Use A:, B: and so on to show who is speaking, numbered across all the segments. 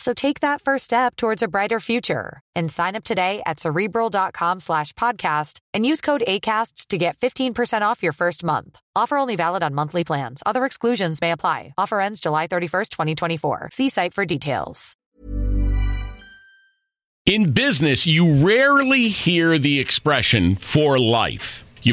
A: So take that first step towards a brighter future and sign up today at cerebral.com slash podcast and use code ACasts to get 15% off your first month. Offer only valid on monthly plans. Other exclusions may apply. Offer ends July 31st, 2024. See site for details.
B: In business, you rarely hear the expression for life. You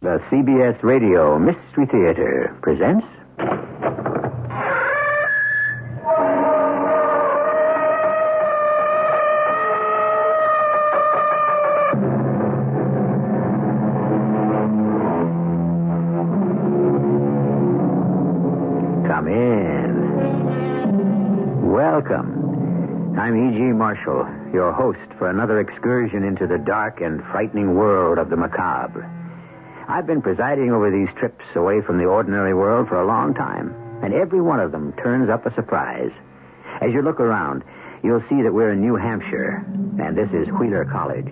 C: The CBS Radio Mystery Theater presents. Come in. Welcome. I'm E.G. Marshall, your host for another excursion into the dark and frightening world of the macabre. I've been presiding over these trips away from the ordinary world for a long time, and every one of them turns up a surprise. As you look around, you'll see that we're in New Hampshire, and this is Wheeler College.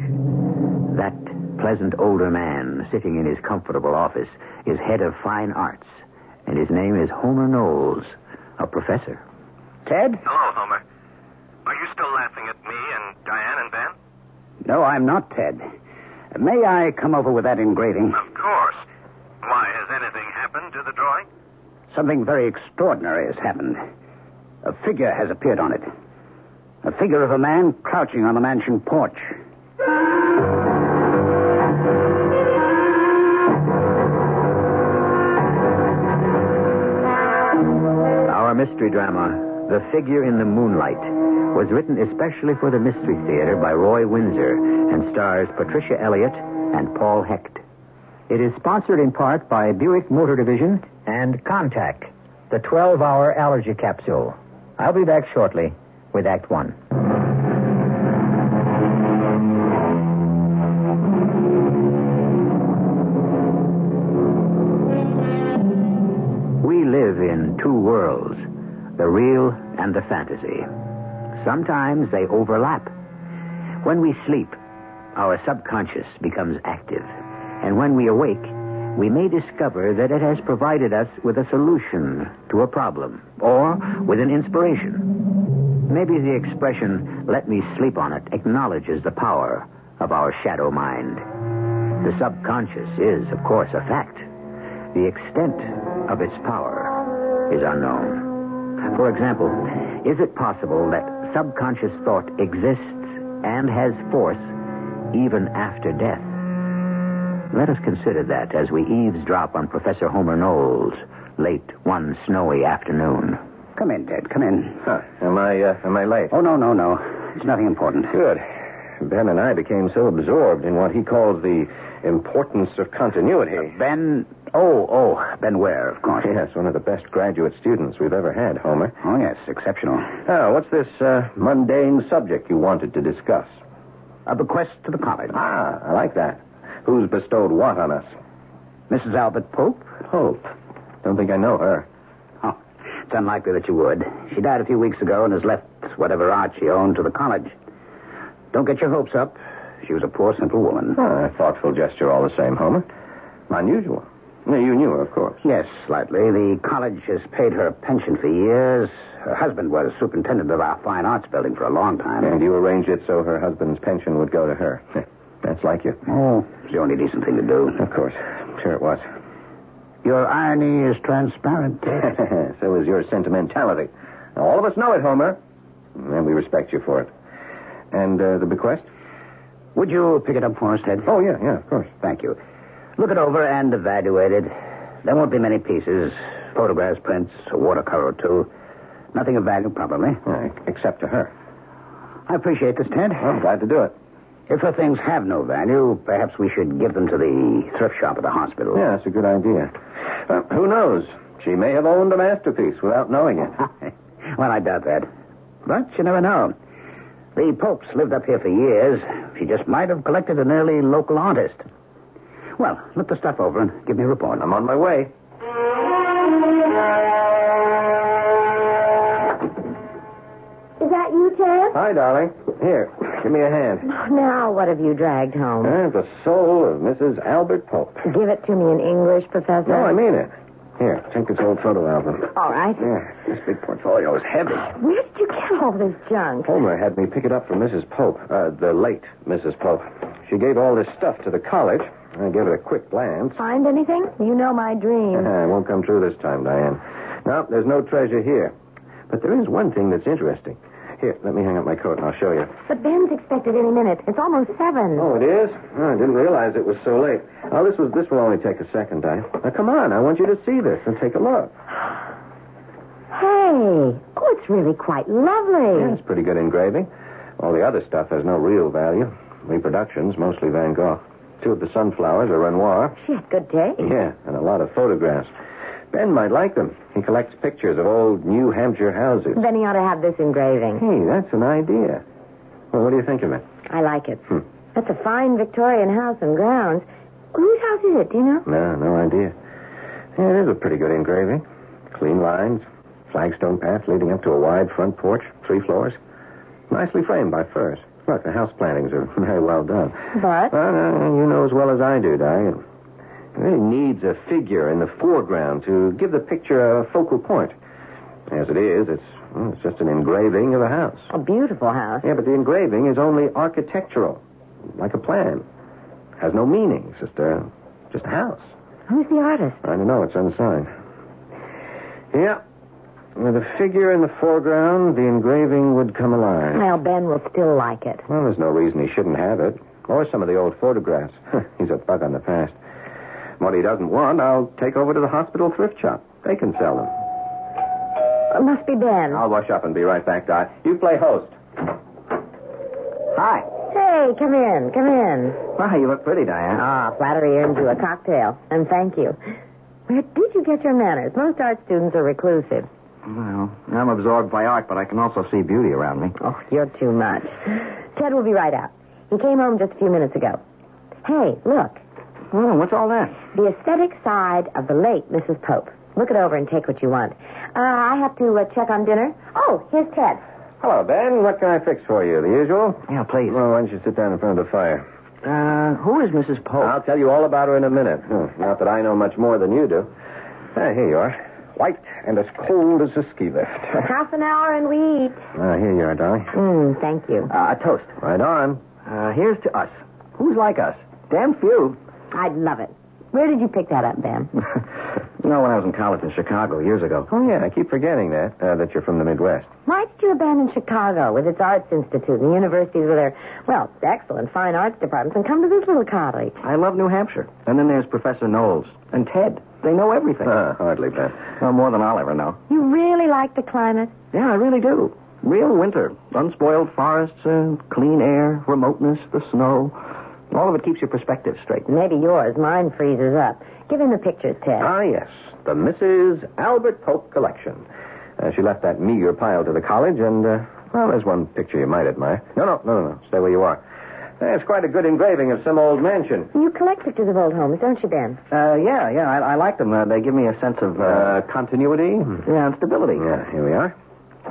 C: That pleasant older man sitting in his comfortable office is head of fine arts, and his name is Homer Knowles, a professor. Ted?
D: Hello, Homer. Are you still laughing at me and Diane and Ben?
C: No, I'm not Ted. May I come over with that engraving?
D: Of course. Why, has anything happened to the drawing?
C: Something very extraordinary has happened. A figure has appeared on it. A figure of a man crouching on the mansion porch. Our mystery drama, The Figure in the Moonlight, was written especially for the Mystery Theater by Roy Windsor and stars Patricia Elliott and Paul Hecht. It is sponsored in part by Buick Motor Division and Contact, the 12 hour allergy capsule. I'll be back shortly with Act One. We live in two worlds the real and the fantasy. Sometimes they overlap. When we sleep, our subconscious becomes active. And when we awake, we may discover that it has provided us with a solution to a problem or with an inspiration. Maybe the expression, let me sleep on it, acknowledges the power of our shadow mind. The subconscious is, of course, a fact. The extent of its power is unknown.
E: For example, is it possible that subconscious thought exists and has force even after death? Let us consider that as we eavesdrop on Professor Homer Knowles late one snowy afternoon.
F: Come in, Ted. Come in.
C: Huh. Am I uh, am I late?
F: Oh, no, no, no. It's nothing important.
C: Good. Ben and I became so absorbed in what he calls the importance of continuity.
F: Uh, Ben. Oh, oh, Ben Ware, of course.
C: Yes, one of the best graduate students we've ever had, Homer.
F: Oh, yes, exceptional.
C: Now, what's this uh, mundane subject you wanted to discuss?
F: A bequest to the college.
C: Ah, I like that. Who's bestowed what on us?
F: Mrs. Albert Pope?
C: Hope. Don't think I know her.
F: Oh, it's unlikely that you would. She died a few weeks ago and has left whatever art she owned to the college. Don't get your hopes up. She was a poor, simple woman.
C: Ah, a thoughtful gesture all the same, Homer. Unusual. No, you knew her, of course.
F: Yes, slightly. The college has paid her a pension for years. Her husband was superintendent of our fine arts building for a long time.
C: And you arranged it so her husband's pension would go to her. That's like you.
F: Oh, it's the only decent thing to do.
C: Of course. Sure it was.
F: Your irony is transparent,
C: so is your sentimentality. Now, all of us know it, Homer. And we respect you for it. And uh, the bequest?
F: Would you pick it up for us, Ted?
C: Oh, yeah, yeah, of course.
F: Thank you. Look it over and evaluate it. There won't be many pieces photographs, prints, a watercolor or two. Nothing of value, probably.
C: Yeah, except to her.
F: I appreciate this, Ted.
C: I'm glad to do it.
F: If her things have no value, perhaps we should give them to the thrift shop at the hospital.
C: Yeah, that's a good idea. Uh, who knows? She may have owned a masterpiece without knowing it.
F: well, I doubt that. But you never know. The Popes lived up here for years. She just might have collected an early local artist. Well, look the stuff over and give me a report.
C: I'm on my way.
G: Is that you, Ted?
C: Hi, darling. Here, give me a hand.
G: Oh, Now, what have you dragged home?
C: Uh, the soul of Mrs. Albert Pope.
G: Give it to me in English, Professor.
C: No, I mean it. Here, take this old photo album.
G: All right.
C: Yeah, this big portfolio is heavy.
G: Where did you get all this junk?
C: Homer had me pick it up from Mrs. Pope, uh, the late Mrs. Pope. She gave all this stuff to the college. I gave it a quick glance.
G: Find anything? You know my dream.
C: Uh, it won't come true this time, Diane. No, there's no treasure here. But there is one thing that's interesting. Here, let me hang up my coat and I'll show you.
G: But Ben's expected any minute. It's almost seven.
C: Oh, it is? Oh, I didn't realize it was so late. Oh, this was this will only take a second, Diane. Now come on, I want you to see this and take a look.
G: Hey. Oh, it's really quite lovely.
C: Yeah, it's pretty good engraving. All the other stuff has no real value. Reproductions, mostly Van Gogh. Two of the sunflowers are Renoir.
G: She had good taste.
C: Yeah, and a lot of photographs. Ben might like them. He collects pictures of old New Hampshire houses.
G: Then he ought to have this engraving.
C: Hey, that's an idea. Well, what do you think of it?
G: I like it.
C: Hmm.
G: That's a fine Victorian house and grounds. Whose house is it, do you know?
C: No, no idea. Yeah, it is a pretty good engraving. Clean lines, flagstone path leading up to a wide front porch, three floors. Nicely framed by firs. Look, the house plantings are very well done.
G: But
C: Well, no, you know as well as I do, Di. It really needs a figure in the foreground to give the picture a focal point. As it is, it's, well, it's just an engraving of a house.
G: a beautiful house.
C: Yeah, but the engraving is only architectural, like a plan. Has no meaning. It's just a, just a house.
G: Who's the artist?
C: I don't know. It's unsigned. Yeah. With a figure in the foreground, the engraving would come alive.
G: Well, Ben will still like it.
C: Well, there's no reason he shouldn't have it. Or some of the old photographs. He's a bug on the past. What he doesn't want, I'll take over to the hospital thrift shop. They can sell them.
G: It Uh, must be Ben.
C: I'll wash up and be right back, Di. You play host.
F: Hi.
G: Hey, come in, come in.
C: Wow, you look pretty, Diane.
G: Ah, flattery earned you a cocktail, and thank you. Where did you get your manners? Most art students are reclusive.
F: Well, I'm absorbed by art, but I can also see beauty around me.
G: Oh, you're too much. Ted will be right out. He came home just a few minutes ago. Hey, look,
F: Oh, what's all that?
G: the aesthetic side of the late Mrs. Pope. Look it over and take what you want. Uh, I have to uh, check on dinner. Oh, here's Ted.
C: Hello, Ben. What can I fix for you? The usual?
F: Yeah, please.
C: Well, why don't you sit down in front of the fire?
F: Uh, who is Mrs. Pope?
C: I'll tell you all about her in a minute. Hmm, Not that I know much more than you do. Ah, here you are. White and as cold as a ski lift.
G: Half an hour and we eat.
C: Ah, here you are, darling.
G: Mm, thank you.
F: Uh, a toast.
C: Right on.
F: Uh, here's to us. Who's like us? Damn few.
G: I'd love it. Where did you pick that up, Ben?
E: No, when I was in college in Chicago years ago.
C: Oh, yeah, I keep forgetting that, uh, that you're from the Midwest.
G: Why did you abandon Chicago with its arts institute and the universities with their, well, excellent fine arts departments and come to this little cottage?
E: I love New Hampshire. And then there's Professor Knowles and Ted. They know everything.
C: Uh, hardly, Pat.
E: Well, more than I'll ever know.
G: You really like the climate?
E: Yeah, I really do. Real winter. Unspoiled forests, uh, clean air, remoteness, the snow. All of it keeps your perspective straight.
G: Maybe yours. Mine freezes up. Give him the pictures, Ted.
C: Ah, yes, the Mrs. Albert Pope collection. Uh, she left that meager pile to the college, and, uh, well, there's one picture you might admire. No, no, no, no, no. Stay where you are. That's quite a good engraving of some old mansion.
G: You collect pictures of old homes, don't you, Ben?
E: Uh, yeah, yeah, I, I like them. Uh, they give me a sense of uh, continuity yeah, and stability.
C: Hmm. Yeah, here we are.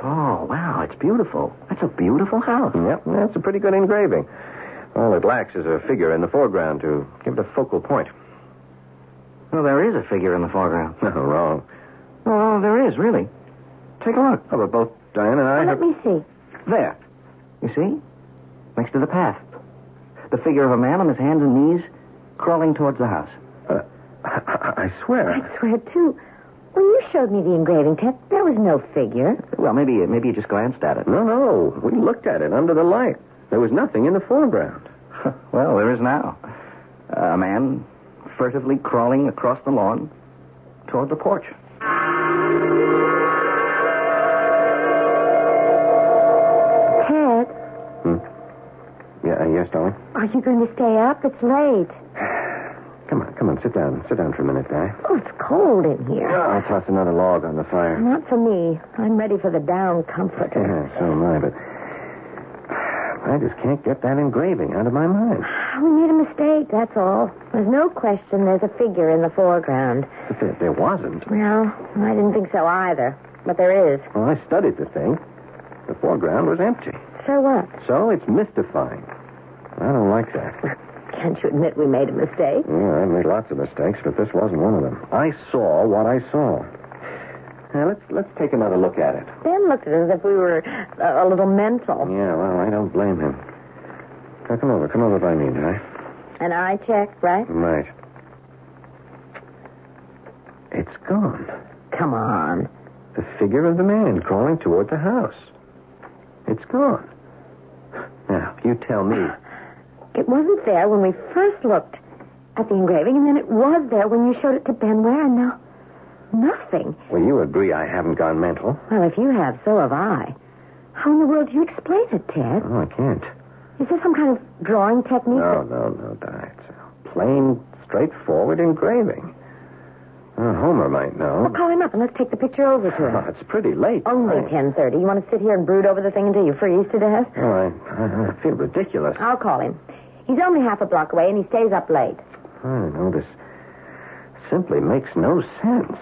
E: Oh, wow, it's beautiful. That's a beautiful house.
C: Yep, that's a pretty good engraving. All it lacks is a figure in the foreground to give it a focal point.
E: Well, there is a figure in the foreground.
C: No, wrong.
E: Oh, there is, really. Take a look.
C: Oh, but both Diane and I
G: Well,
C: have...
G: let me see.
E: There. You see? Next to the path. The figure of a man on his hands and knees crawling towards the house.
C: Uh, I swear.
G: I swear, too. When you showed me the engraving, Ted, there was no figure.
E: Well, maybe maybe you just glanced at it.
C: No, no. We looked at it under the light. There was nothing in the foreground.
E: well, there is now. A man furtively crawling across the lawn toward the porch.
G: Ted,
C: Yeah, uh, yes, darling.
G: are you going to stay up? It's late.
C: Come on, come on. Sit down. Sit down for a minute, Di.
G: Oh, it's cold in here.
C: I'll toss another log on the fire.
G: Not for me. I'm ready for the down comforter.
C: Yeah, so am I, but I just can't get that engraving out of my mind.
G: Oh, We made a mistake, that's all. There's no question there's a figure in the foreground.
C: But there, there wasn't.
G: No, I didn't think so either. But there is.
C: Well, I studied the thing. The foreground was empty.
G: So what?
C: So it's mystifying. I don't like that.
G: Can't you admit we made a mistake?
C: Yeah, I've made lots of mistakes, but this wasn't one of them. I saw what I saw. Now, let's let's take another look at it.
G: Ben looked at us as if we were uh, a little mental.
C: Yeah, well, I don't blame him. Now, come over. Come over by me, Di.
G: And I checked, right?
C: Right. It's gone.
G: Come on.
C: The figure of the man crawling toward the house. It's gone. Now, you tell me.
G: It wasn't there when we first looked at the engraving, and then it was there when you showed it to Ben Ware, and now nothing.
C: Well, you agree I haven't gone mental.
G: Well, if you have, so have I. How in the world do you explain it, Ted?
C: Oh, I can't.
G: Is this some kind of drawing technique?
C: No, no, no, Di. It's a plain, straightforward engraving. Uh, Homer might know.
G: Well, call him up and let's take the picture over to him.
C: Oh, it's pretty late.
G: Only
C: I-
G: 10.30. You want to sit here and brood over the thing until you freeze to death?
C: Oh, I, I, I feel ridiculous.
G: I'll call him. He's only half a block away, and he stays up late.
C: I don't know. This simply makes no sense.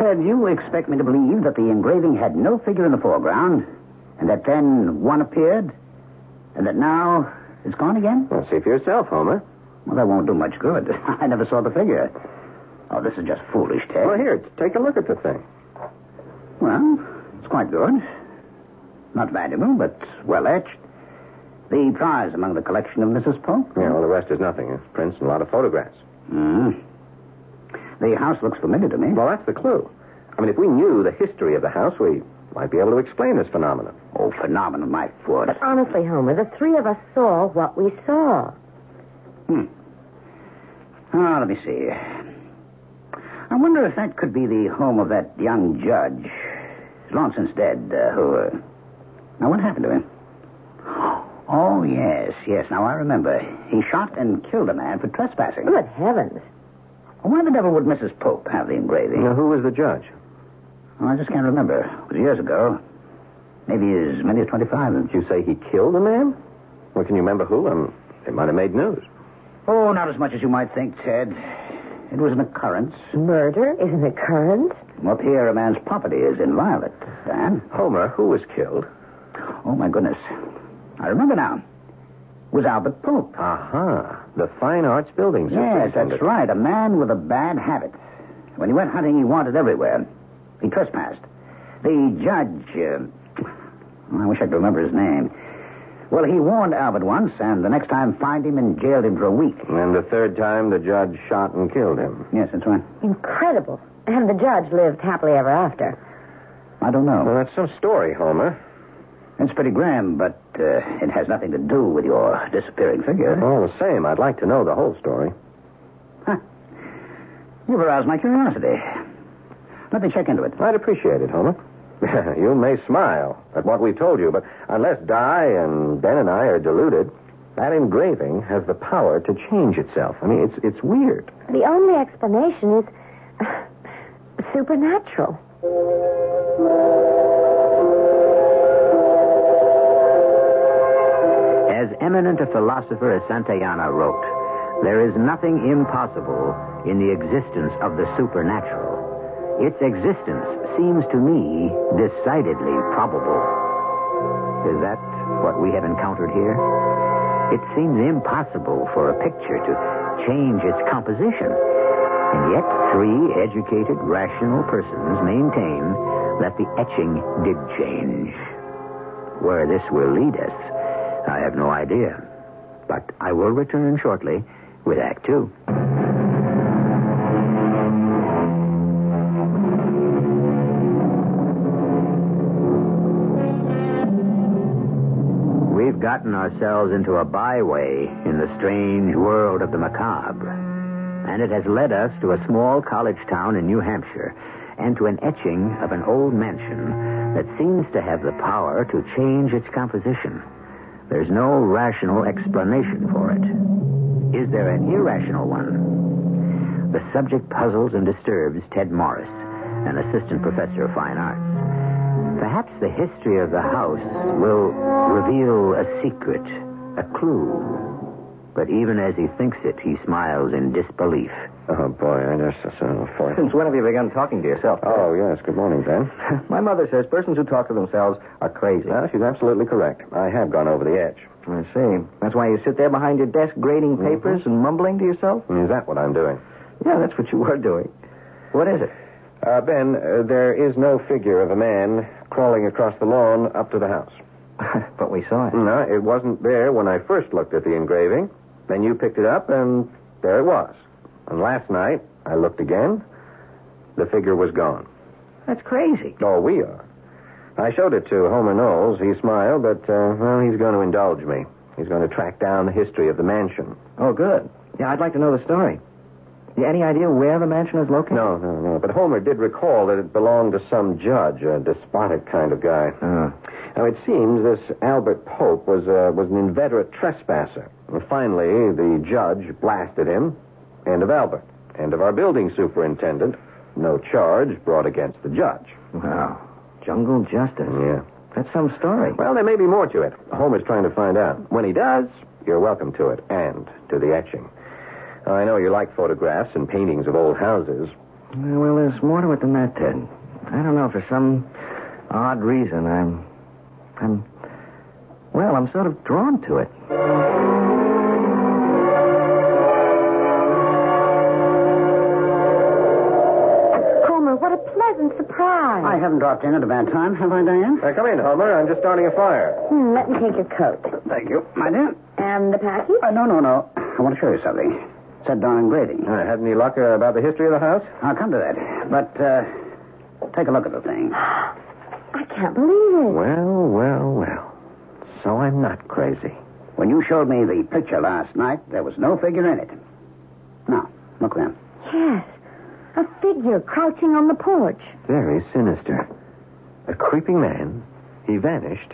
F: Ted, you expect me to believe that the engraving had no figure in the foreground, and that then one appeared, and that now it's gone again?
C: Well, see for yourself, Homer.
F: Well, that won't do much good. I never saw the figure. Oh, this is just foolish, Ted.
C: Well, here, take a look at the thing.
F: Well, it's quite good. Not valuable, but well etched. The prize among the collection of Mrs. Pope.
C: Yeah, well, the rest is nothing. It's prints and a lot of photographs.
F: Mm. The house looks familiar to me.
C: Well, that's the clue. I mean, if we knew the history of the house, we might be able to explain this phenomenon.
F: Oh, phenomenal, my foot.
G: But honestly, Homer, the three of us saw what we saw.
F: Ah, let me see. I wonder if that could be the home of that young judge. He's long since dead, uh, who. Uh... Now, what happened to him? Oh, yes, yes. Now, I remember. He shot and killed a man for trespassing.
G: Good heavens.
F: Why the devil would Mrs. Pope have the engraving?
C: Now, who was the judge?
F: Well, I just can't remember. It was years ago. Maybe as many as 25.
C: Did you say he killed a man? Well, can you remember who? Um, it might have made news.
F: Oh, not as much as you might think, Ted. It was an occurrence.
G: Murder is an occurrence?
F: Up here, a man's property is inviolate, Dan.
C: Homer, who was killed?
F: Oh, my goodness. I remember now. It was Albert Pope.
C: Aha. The Fine Arts Building
F: Yes, that's
C: Superintendent.
F: right. A man with a bad habit. When he went hunting, he wandered everywhere. He trespassed. The judge. Uh, I wish I could remember his name. Well, he warned Albert once, and the next time fined him and jailed him for a week.
C: And the third time, the judge shot and killed him.
F: Yes, that's right.
G: Incredible. And the judge lived happily ever after.
F: I don't know.
C: Well, that's some story, Homer.
F: It's pretty grim, but uh, it has nothing to do with your disappearing figure.
C: All the same, I'd like to know the whole story.
F: You've aroused my curiosity. Let me check into it.
C: I'd appreciate it, Homer. you may smile at what we've told you, but unless Di and Ben and I are deluded, that engraving has the power to change itself. I mean, it's it's weird.
G: The only explanation is uh, supernatural.
E: As eminent a philosopher as Santayana wrote, there is nothing impossible in the existence of the supernatural. Its existence seems to me decidedly probable. Is that what we have encountered here? It seems impossible for a picture to change its composition. And yet, three educated, rational persons maintain that the etching did change. Where this will lead us, I have no idea. But I will return shortly with Act Two. We've gotten ourselves into a byway in the strange world of the macabre. And it has led us to a small college town in New Hampshire and to an etching of an old mansion that seems to have the power to change its composition. There's no rational explanation for it. Is there an irrational one? The subject puzzles and disturbs Ted Morris, an assistant professor of fine arts. Perhaps the history of the house will reveal a secret, a clue. But even as he thinks it, he smiles in disbelief.
C: Oh, boy, I just so forth.
H: Since when have you begun talking to yourself?
C: Oh, yes. Good morning, Ben.
H: My mother says persons who talk to themselves are crazy.
C: Well, she's absolutely correct. I have gone over the edge.
H: I
C: Mm-hmm.
H: see. That's why you sit there behind your desk grading papers and mumbling to yourself?
C: Is that what I'm doing?
H: Yeah, that's what you were doing. What is it?
C: Uh, ben, uh, there is no figure of a man crawling across the lawn up to the house.
H: but we saw it.
C: No, it wasn't there when I first looked at the engraving. Then you picked it up, and there it was. And last night, I looked again. The figure was gone.
H: That's crazy.
C: Oh, we are. I showed it to Homer Knowles. He smiled, but, uh, well, he's going to indulge me. He's going to track down the history of the mansion.
H: Oh, good. Yeah, I'd like to know the story. You any idea where the mansion is located?
C: No, no, no. But Homer did recall that it belonged to some judge, a despotic kind of guy.
H: Ah.
C: Now, it seems this Albert Pope was, uh, was an inveterate trespasser. And finally, the judge blasted him. End of Albert. End of our building superintendent. No charge brought against the judge.
H: Wow. Jungle justice.
C: Yeah.
H: That's some story.
C: Well, there may be more to it. Homer's trying to find out. When he does, you're welcome to it and to the etching. Oh, I know you like photographs and paintings of old houses.
H: Well, there's more to it than that, Ted. I don't know. For some odd reason, I'm, I'm, well, I'm sort of drawn to it.
G: Homer, what a pleasant surprise.
F: I haven't dropped in at a bad time, have I, Diane?
C: Uh, come in, Homer. I'm just starting a fire.
G: Hmm, let me take your coat.
F: Thank you. My dear?
G: And the package?
F: Uh, no, no, no. I want to show you something. It's that darn engraving.
C: Uh, had any luck uh, about the history of the house?
F: I'll come to that. But, uh, take a look at the thing.
G: I can't believe it.
C: Well, well, well. So I'm not crazy.
F: When you showed me the picture last night, there was no figure in it. Now, look there.
G: Yes. A figure crouching on the porch.
C: Very sinister. A creeping man. He vanished,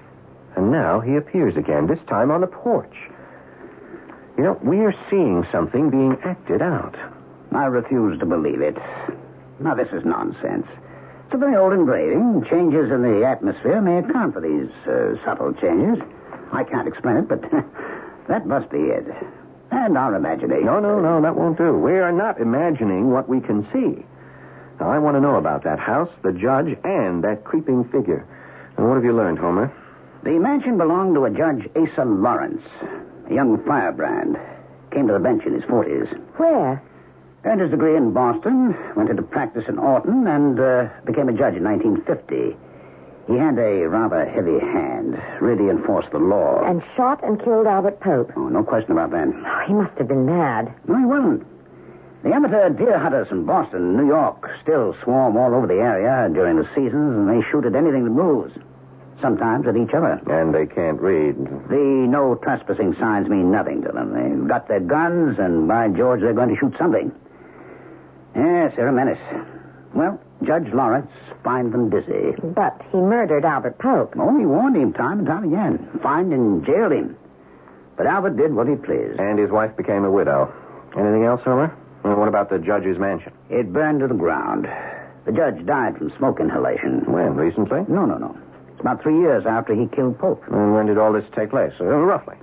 C: and now he appears again, this time on the porch. You know, we're seeing something being acted out.
F: I refuse to believe it. Now, this is nonsense. It's a very old engraving. Changes in the atmosphere may account for these uh, subtle changes. I can't explain it, but that must be it. And our imagination.
C: No, no, no, that won't do. We are not imagining what we can see. Now, I want to know about that house, the judge, and that creeping figure. And what have you learned, Homer?
F: The mansion belonged to a Judge Asa Lawrence, a young firebrand. Came to the bench in his 40s.
G: Where?
F: Earned his degree in Boston, went into practice in Orton, and uh, became a judge in 1950. He had a rather heavy hand, really enforced the law.
G: And shot and killed Albert Pope.
F: Oh, no question about that.
G: Oh, He must have been mad.
F: No, he wasn't. The amateur deer hunters in Boston, New York, still swarm all over the area during the seasons, and they shoot at anything that moves. Sometimes at each other.
C: And they can't read.
F: The no trespassing signs mean nothing to them. They've got their guns, and by George, they're going to shoot something. Yes, they're a menace. Well, Judge Lawrence fined them busy.
G: But he murdered Albert Pope.
F: Oh, he warned him time and time again. Fined and jailed him. But Albert did what he pleased.
C: And his wife became a widow. Anything else, Homer? And what about the judge's mansion?
F: It burned to the ground. The judge died from smoke inhalation.
C: When? Recently?
F: No, no, no. It's about three years after he killed Pope.
C: And when did all this take place? Uh, roughly.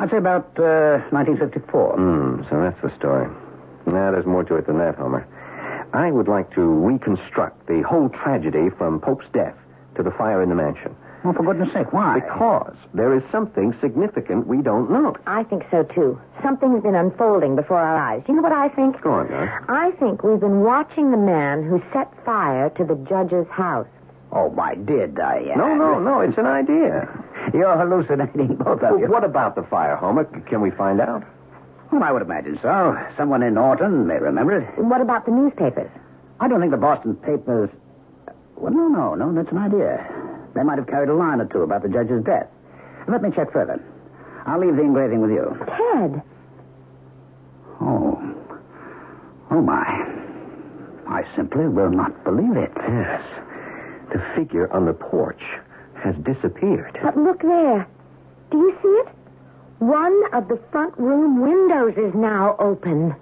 F: I'd say about uh, 1954.
C: Hmm, so that's the story. Now, there's more to it than that, Homer. I would like to reconstruct the whole tragedy from Pope's death to the fire in the mansion.
F: Well, for goodness sake, why?
C: Because there is something significant we don't know.
G: I think so, too. Something's been unfolding before our eyes. You know what I think?
C: Go on, Doc.
G: I think we've been watching the man who set fire to the judge's house.
F: Oh, my dear Diane.
C: No, no, no. It's an idea.
F: You're hallucinating, both of
C: Well,
F: you.
C: what about the fire, Homer? C- Can we find out?
F: Well, I would imagine so. Someone in Norton may remember it.
G: What about the newspapers?
F: I don't think the Boston papers. Well, no, no, no. That's an idea. They might have carried a line or two about the judge's death. Let me check further. I'll leave the engraving with you.
G: Ted.
F: Oh. Oh, my. I simply will not believe it.
C: Yes. The figure on the porch has disappeared.
G: But look there. Do you see it? One of the front room windows is now open.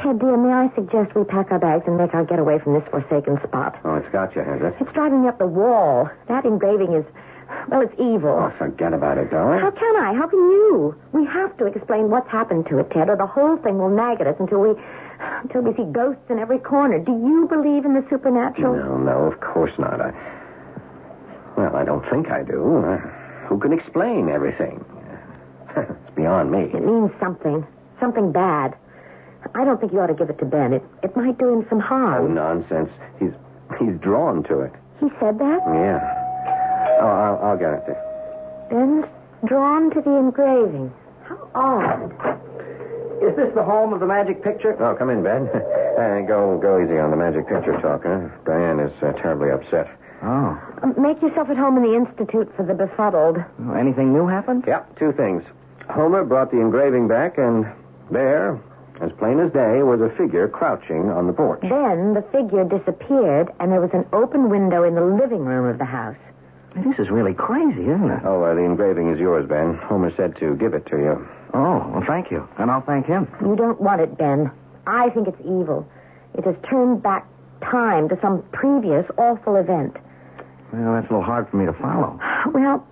G: Ted, dear, may I suggest we pack our bags and make our getaway from this forsaken spot?
C: Oh, it's got you, has it?
G: It's driving me up the wall. That engraving is, well, it's evil.
C: Oh, forget about it, darling.
G: How can I? How can you? We have to explain what's happened to it, Ted, or the whole thing will nag at us until we until we see ghosts in every corner. Do you believe in the supernatural?
C: No, no, of course not. I... Well, I don't think I do. Uh, who can explain everything? it's beyond me.
G: It means something. Something bad. I don't think you ought to give it to Ben. It it might do him some
C: Oh,
G: harm.
C: nonsense. He's he's drawn to it.
G: He said that?
C: Yeah. Oh, I'll, I'll get it. Dick.
G: Ben's drawn to the engraving. How odd.
F: Is this the home of the magic picture?
C: Oh, come in, Ben. Uh, go go easy on the magic picture talk, huh? Diane is uh, terribly upset.
H: Oh.
G: Um, Make yourself at home in the Institute for the Befuddled.
H: Well, anything new happened?
C: Yep, two things. Homer brought the engraving back, and there, as plain as day, was a figure crouching on the porch.
G: Then the figure disappeared, and there was an open window in the living room of the house.
H: This is really crazy, isn't it?
C: Oh, uh, the engraving is yours, Ben. Homer said to give it to you.
H: Oh, well, thank you. And I'll thank him.
G: You don't want it, Ben. I think it's evil. It has turned back time to some previous awful event.
H: Well, that's a little hard for me to follow.
G: Well,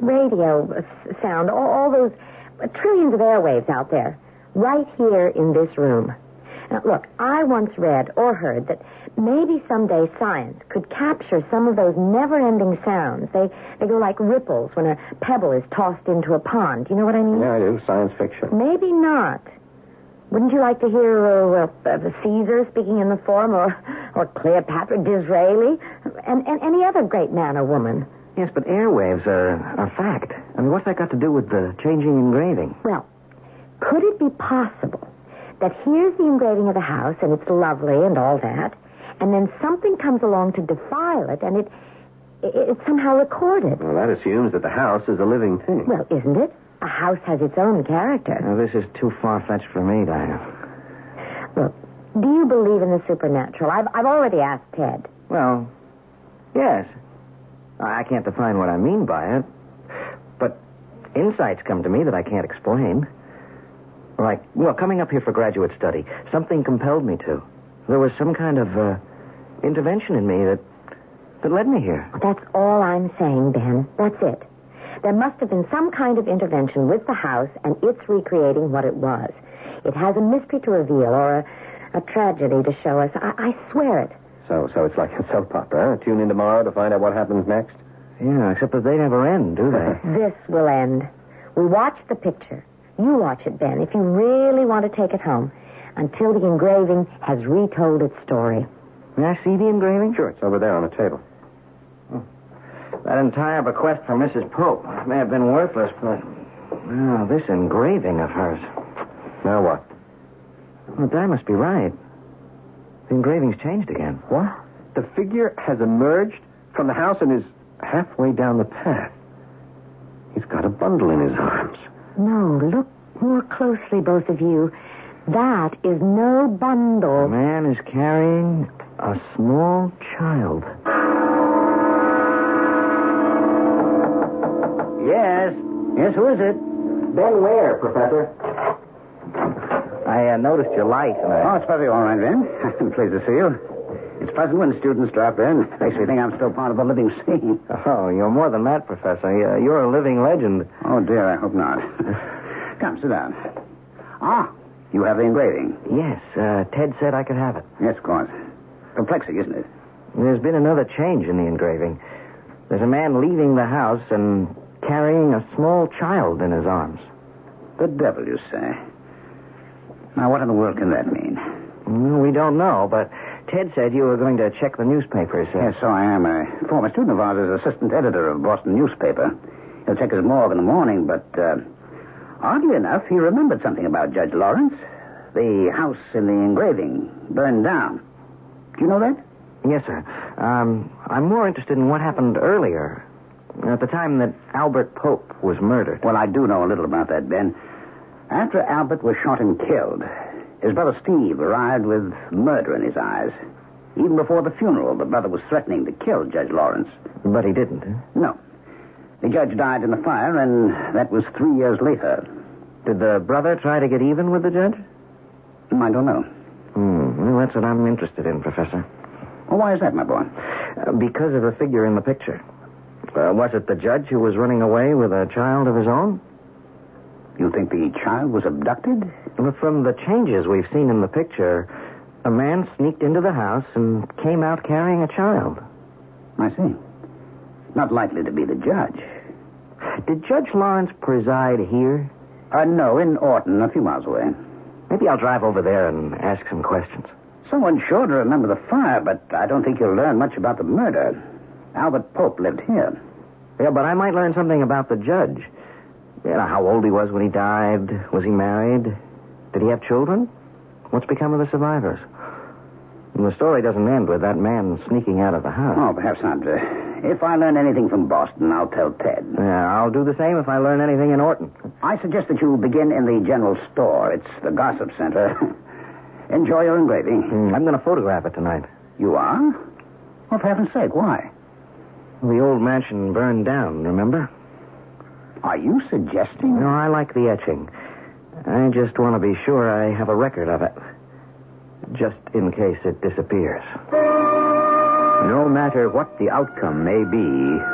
G: radio uh, s- sound, all, all those uh, trillions of airwaves out there, right here in this room. Now, look, I once read or heard that maybe someday science could capture some of those never-ending sounds. They, they go like ripples when a pebble is tossed into a pond. You know what I mean?
C: Yeah, I do. Science fiction.
G: Maybe not. Wouldn't you like to hear uh, uh, uh, Caesar speaking in the form, or, or Cleopatra Disraeli, and, and any other great man or woman?
H: Yes, but airwaves are a fact. I mean, what's that got to do with the changing engraving?
G: Well, could it be possible that here's the engraving of the house, and it's lovely and all that, and then something comes along to defile it, and it, it it's somehow recorded?
C: Well, that assumes that the house is a living thing.
G: Well, isn't it? A house has its own character.
H: Now, this is too far-fetched for me, Diane.
G: Look, do you believe in the supernatural? I've, I've already asked Ted.
H: Well, yes. I I can't define what I mean by it, but insights come to me that I can't explain. Like, well, coming up here for graduate study, something compelled me to. There was some kind of uh, intervention in me that that led me here.
G: That's all I'm saying, Ben. That's it. There must have been some kind of intervention with the house, and it's recreating what it was. It has a mystery to reveal or a, a tragedy to show us. I, I swear it.
C: So, so it's like a soap opera. Huh? Tune in tomorrow to find out what happens next.
H: Yeah, except that they never end, do they?
G: This will end. We watch the picture. You watch it, Ben, if you really want to take it home. until the engraving has retold its story.
I: May I see the engraving? Oh.
J: Sure, it's over there on the table.
I: That entire bequest for Mrs. Pope may have been worthless, but well, this engraving of hers.
J: Now what?
I: Well, Di must be right. The engraving's changed again.
J: What? The figure has emerged from the house and is halfway down the path. He's got a bundle in his arms.
G: No, look more closely, both of you. That is no
I: The
G: bundle.
I: man is carrying a small child.
C: Yes. Yes, who is it?
I: Ben Ware, Professor. I uh, noticed your light, and I...
C: Oh, it's Bubby, all right, Vin. I'm pleased to see you. It's pleasant when students drop in. Makes me think I'm still part of a living scene.
I: Oh, you're more than that, Professor. You're, you're a living legend.
C: Oh, dear, I hope not. Come, sit down. Ah, you have the engraving.
I: Yes, uh, Ted said I could have it.
C: Yes, of course. Perplexing, isn't it?
I: There's been another change in the engraving. There's a man leaving the house and carrying a small child in his arms.
C: The devil, you say. Now, what in the world can that mean?
I: Mm, We don't know, but Ted said you were going to check the newspapers. uh,
C: Yes, so I am. A former student of ours is assistant editor of Boston newspaper. He'll check his morgue in the morning, but uh, oddly enough, he remembered something about Judge Lawrence. The house in the engraving burned down. Do you know that?
I: Yes, sir. Um, I'm more interested in what happened earlier, at the time that Albert Pope was murdered.
C: Well, I do know a little about that, Ben. After Albert was shot and killed, his brother Steve arrived with murder in his eyes. Even before the funeral, the brother was threatening to kill Judge Lawrence.
I: But he didn't. huh?
C: No. The judge died in the fire, and that was three years later.
I: Did the brother try to get even with the judge?
C: Hmm, I don't know.
I: Hmm. Well, that's what I'm interested in, Professor.
C: Well, why is that, my boy?
I: Uh, because of the figure in the picture. Uh, was it the judge who was running away with a child of his own?
C: You think the child was abducted?
I: Well, From the changes we've seen in the picture, a man sneaked into the house and came out carrying a child.
C: I see. Not likely to be the judge.
I: Did Judge Lawrence preside here?
C: Uh, no, in Orton, a few miles away.
I: Maybe I'll drive over there and ask some questions.
C: Someone sure to remember the fire, but I don't think you'll learn much about the murder. Albert Pope lived here.
I: Yeah, but I might learn something about the judge. You know, how old he was when he died. Was he married? Did he have children? What's become of the survivors? And the story doesn't end with that man sneaking out of the house.
C: Oh, perhaps not. Uh, if I learn anything from Boston, I'll tell Ted.
I: Yeah, I'll do the same if I learn anything in Orton.
C: I suggest that you begin in the general store. It's the gossip center. Enjoy your engraving.
I: Hmm, I'm going to photograph it tonight.
C: You are? Well, for heaven's sake, why?
I: The old mansion burned down, remember?
C: Are you suggesting?
I: No, I like the etching. I just want to be sure I have a record of it. Just in case it disappears.
C: No matter what the outcome may be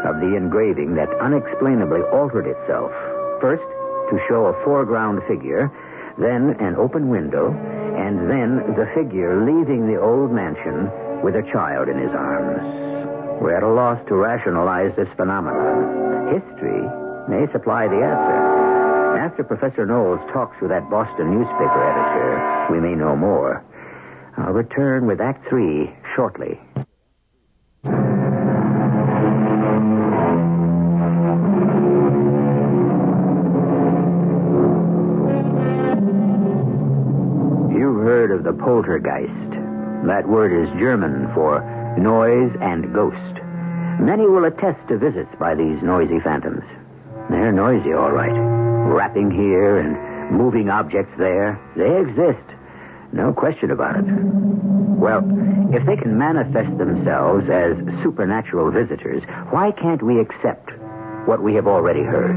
C: of the engraving that unexplainably altered itself, first to show a foreground figure, then an open window, and then the figure leaving the old mansion with a child in his arms. We're at a loss to rationalize this phenomenon. History may supply the answer. After Professor Knowles talks with that Boston newspaper editor, we may know more. I'll return with Act Three shortly. You've heard of the poltergeist. That word is German for noise and ghost. Many will attest to visits by these noisy phantoms. They're noisy, all right. Rapping here and moving objects there. They exist. No question about it. Well, if they can manifest themselves as supernatural visitors, why can't we accept what we have already heard?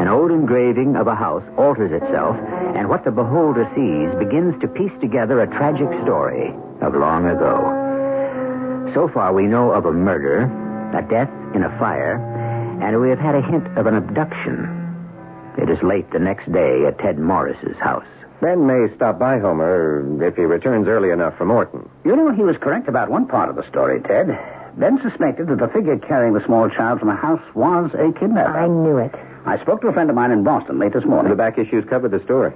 C: An old engraving of a house alters itself, and what the beholder sees begins to piece together a tragic story of long ago. So far, we know of a murder, a death in a fire, and we have had a hint of an abduction. It is late the next day at Ted Morris's house.
J: Ben may stop by Homer if he returns early enough from Orton.
C: You know, he was correct about one part of the story, Ted. Ben suspected that the figure carrying the small child from the house was a kidnapper.
G: I knew it.
C: I spoke to a friend of mine in Boston late this morning. Uh,
J: The back issues covered the story.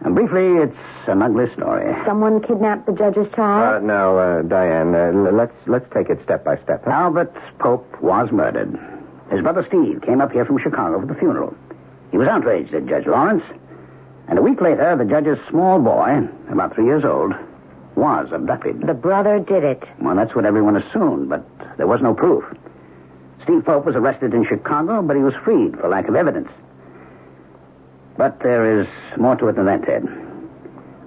F: And briefly, it's an ugly story.
G: Someone kidnapped the judge's child?
C: Uh, now, uh, Diane, uh, l- let's let's take it step by step. huh?
F: Albert Pope was murdered. His brother Steve came up here from Chicago for the funeral. He was outraged at Judge Lawrence. And a week later, the judge's small boy, about three years old, was abducted.
G: The brother did it.
F: Well, that's what everyone assumed, but there was no proof. Steve Pope was arrested in Chicago, but he was freed for lack of evidence. But there is more to it than that, Ted.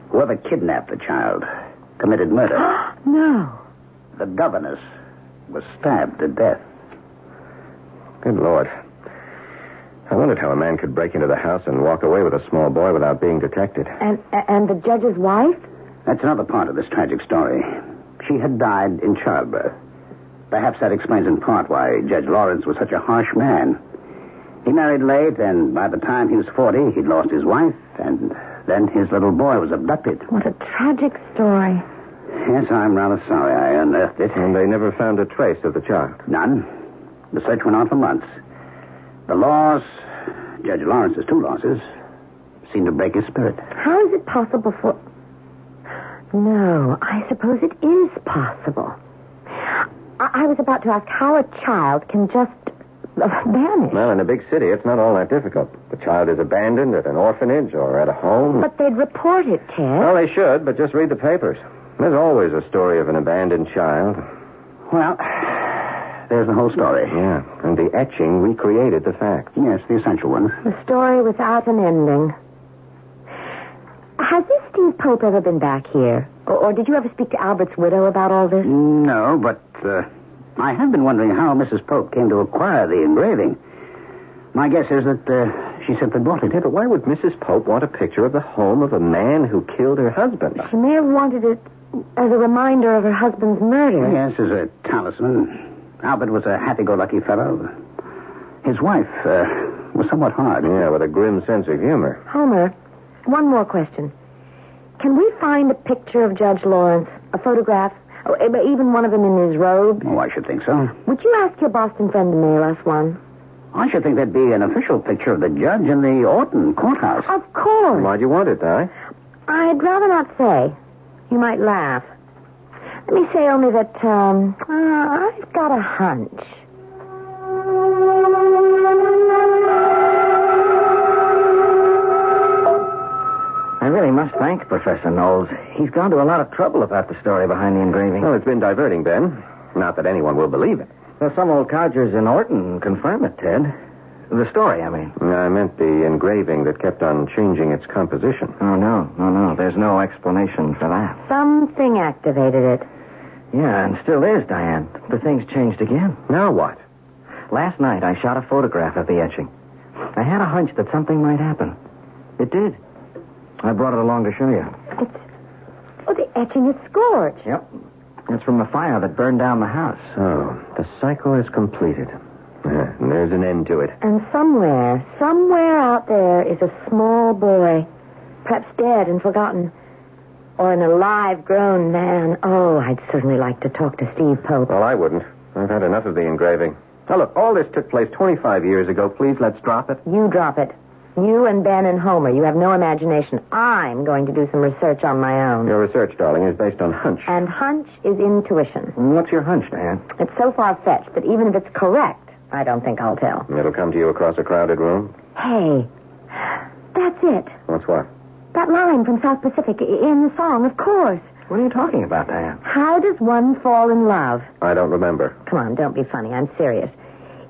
F: Whoever kidnapped the child committed murder.
G: No.
F: the governess was stabbed to death.
C: Good Lord. I wondered how a man could break into the house and walk away with a small boy without being detected.
G: And and the judge's wife?
F: That's another part of this tragic story. She had died in childbirth. Perhaps that explains in part why Judge Lawrence was such a harsh man. He married late, and by the time he was 40, he'd lost his wife, and then his little boy was abducted.
G: What a tragic story.
F: Yes, I'm rather sorry I unearthed it.
C: And they never found a trace of the child.
F: None. The search went on for months. The loss, Judge Lawrence's two losses, seemed to break his spirit.
G: How is it possible for. No, I suppose it is possible. I, I was about to ask how a child can just vanish.
C: Well, in a big city, it's not all that difficult. The child is abandoned at an orphanage or at a home.
G: But they'd report it, Ted.
C: Well, they should, but just read the papers. There's always a story of an abandoned child.
F: Well, there's the whole story.
C: Yeah, and the etching recreated the fact.
F: Yes, the essential one.
G: The story without an ending. Has this Steve Pope ever been back here? Or, or did you ever speak to Albert's widow about all this?
F: No, but uh, I have been wondering how Mrs. Pope came to acquire the engraving. My guess is that uh, she simply bought it.
C: Yeah, but why would Mrs. Pope want a picture of the home of a man who killed her husband?
G: She may have wanted it as a reminder of her husband's murder.
F: Yes, as a talisman. Albert was a happy-go-lucky fellow. His wife uh, was somewhat hard.
C: Yeah, with a grim sense of humor.
G: Homer, one more question. Can we find a picture of Judge Lawrence, a photograph, or even one of him in his robe?
F: Oh, I should think so.
G: Would you ask your Boston friend to mail us one?
F: I should think there'd be an official picture of the judge in the Orton courthouse.
G: Of course.
C: Why'd you want it, Di?
G: I'd rather not say. You might laugh. Let me say only that um, uh, I've got a hunch.
H: I really must thank Professor Knowles. He's gone to a lot of trouble about the story behind the engraving.
C: Well, it's been diverting, Ben. Not that anyone will believe it.
H: Well, some old codgers in Orton confirm it, Ted. The story, I mean.
C: I meant the engraving that kept on changing its composition.
H: Oh, no, no, no. There's no explanation for that.
G: Something activated it.
H: Yeah, and still is, Diane. The thing's changed again.
C: Now what?
H: Last night, I shot a photograph of the etching. I had a hunch that something might happen. It did. I brought it along to show you.
G: It's oh, the etching is scorched.
H: Yep. It's from a fire that burned down the house.
C: So, Oh, the cycle is completed. Yeah, and there's an end to it.
G: And somewhere, somewhere out there is a small boy, perhaps dead and forgotten, or an alive grown man. Oh, I'd certainly like to talk to Steve Pope.
C: Well, I wouldn't. I've had enough of the engraving. Now, look, all this took place 25 years ago. Please, let's drop it.
G: You drop it. You and Ben and Homer, you have no imagination. I'm going to do some research on my own.
C: Your research, darling, is based on hunch.
G: And hunch is intuition.
H: What's your hunch, Diane?
G: It's so far fetched that even if it's correct, I don't think I'll tell.
C: It'll come to you across a crowded room.
G: Hey, that's it.
C: What's what?
G: That line from South Pacific i- in the song, of course.
H: What are you talking about, Diane?
G: How does one fall in love?
C: I don't remember.
G: Come on, don't be funny. I'm serious.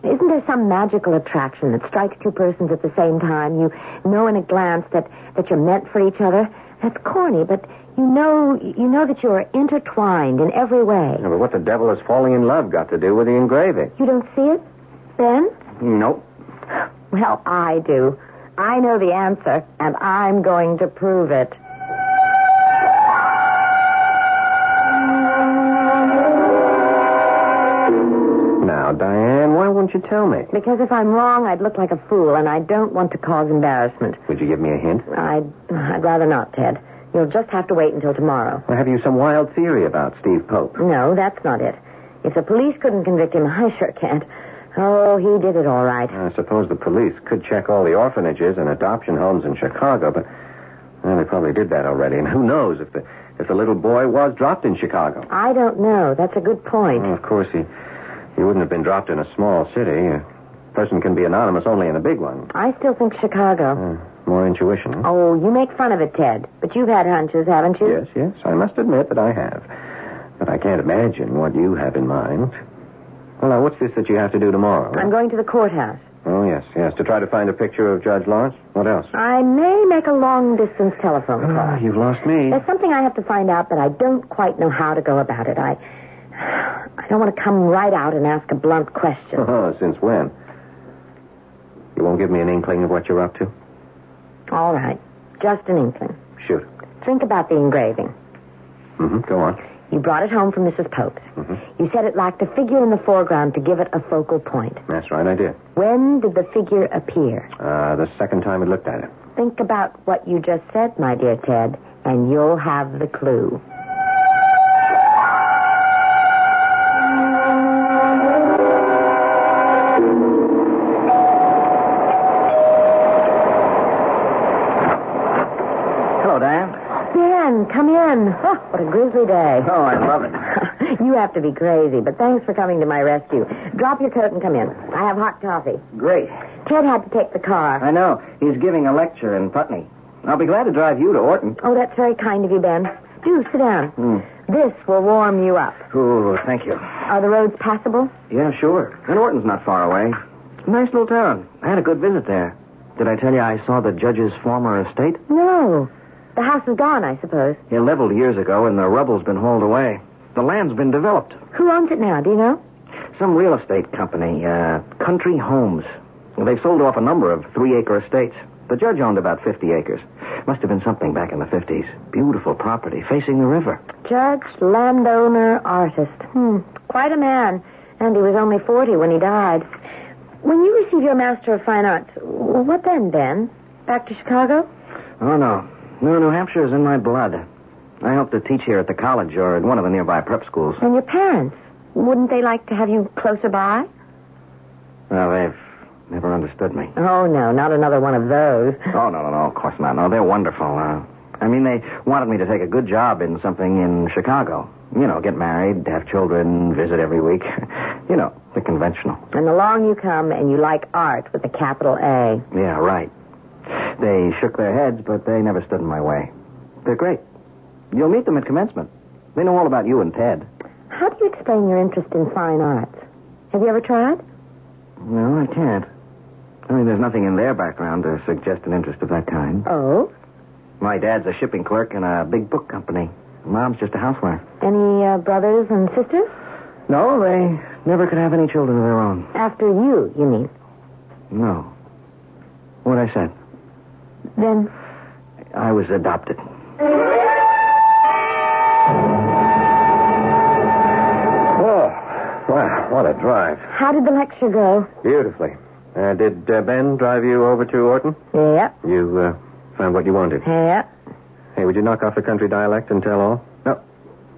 G: Isn't there some magical attraction that strikes two persons at the same time? You know in a glance that, that you're meant for each other. That's corny, but you know you know that you are intertwined in every way.
C: Yeah, but what the devil has falling in love got to do with the engraving?
G: You don't see it, Ben?
C: Nope.
G: Well, I do. I know the answer, and I'm going to prove it.
C: Now, Diane, why wouldn't you tell me?
G: Because if I'm wrong, I'd look like a fool, and I don't want to cause embarrassment.
C: Would you give me a hint?
G: I'd, I'd rather not, Ted. You'll just have to wait until tomorrow.
C: Or have you some wild theory about Steve Pope?
G: No, that's not it. If the police couldn't convict him, I sure can't. Oh, he did it all right.
C: I suppose the police could check all the orphanages and adoption homes in Chicago, but Well, they probably did that already, and who knows if the if the little boy was dropped in Chicago.
G: I don't know. Oh, That's a good point.
C: Well, of course, he he wouldn't have been dropped in a small city. A person can be anonymous only in a big one. Uh,
G: I still think Chicago.
C: More intuition. huh?
G: Oh, you make fun of it, Ted. But you've had hunches, haven't you?
C: Yes, yes, I must admit that I have. But I can't imagine what you have in mind. Well, now, what's this that you have to do tomorrow?
G: I'm going to the courthouse.
C: Oh, yes, yes, to try to find a picture of Judge Lawrence. What else?
G: I may make a long distance telephone call.
C: Ah, you've lost me.
G: There's something I have to find out, but I don't quite know how to go about it. I I don't want to come right out and ask a blunt question.
C: Oh, since when? You won't give me an inkling of what you're up to?
G: All right. Just an inkling.
C: Shoot.
G: Think about the engraving.
C: Mm-hmm. Go on.
G: You brought it home from Mrs. Pope's.
H: Mm-hmm.
G: You said it lacked a figure in the foreground to give it a focal point.
C: That's right, I did.
G: When did the figure appear?
C: Uh, the second time I looked at it.
G: Think about what you just said, my dear Ted, and you'll have the clue.
H: Hello, Diane.
G: Ben, come in. Huh, what a grisly day.
H: Oh, I love it.
G: You have to be crazy, but thanks for coming to my rescue. Drop your coat and come in. I have hot coffee.
H: Great.
G: Ted had to take the car.
H: I know. He's giving a lecture in Putney. I'll be glad to drive you to Orton.
G: Oh, that's very kind of you, Ben. Do sit down.
H: Hmm.
G: This will warm you up.
H: Oh, thank you.
G: Are the roads passable?
H: Yeah, sure. And Orton's not far away. It's a nice little town. I had a good visit there. Did I tell you I saw the judge's former estate?
G: No. The house is gone, I suppose.
H: He leveled years ago, and the rubble's been hauled away. The land's been developed.
G: Who owns it now? Do you know?
H: Some real estate company, uh, Country Homes. They've sold off a number of three-acre estates. The judge owned about 50 acres. Must have been something back in the 50s. Beautiful property facing the river.
G: Judge, landowner, artist. Hmm. Quite a man. And he was only 40 when he died. When you receive your Master of Fine Arts, what then, Ben? Back to Chicago?
H: Oh, no. No, New Hampshire is in my blood. I hope to teach here at the college or at one of the nearby prep schools.
G: And your parents? Wouldn't they like to have you closer by?
H: Well, they've never understood me.
G: Oh, no, not another one of those.
H: Oh, no, no, no, of course not. No, they're wonderful. Uh, I mean, they wanted me to take a good job in something in Chicago. You know, get married, have children, visit every week. you know, the conventional.
G: And along you come, and you like art with a capital A.
H: Yeah, right. They shook their heads, but they never stood in my way. They're great. You'll meet them at commencement. They know all about you and Ted.
G: How do you explain your interest in fine arts? Have you ever tried?
H: No, I can't. I mean, there's nothing in their background to suggest an interest of that kind.
G: Oh?
H: My dad's a shipping clerk in a big book company. Mom's just a housewife.
G: Any uh, brothers and sisters?
H: No, they never could have any children of their own.
G: After you, you mean.
H: No. What I said.
G: Then
H: I was adopted.
C: Oh, wow, what a drive.
G: how did the lecture go?
C: Beautifully. Uh, did uh, Ben drive you over to Orton?
G: Yep,
C: You uh, found what you wanted.
G: yep.
C: Hey, would you knock off the country dialect and tell all? No.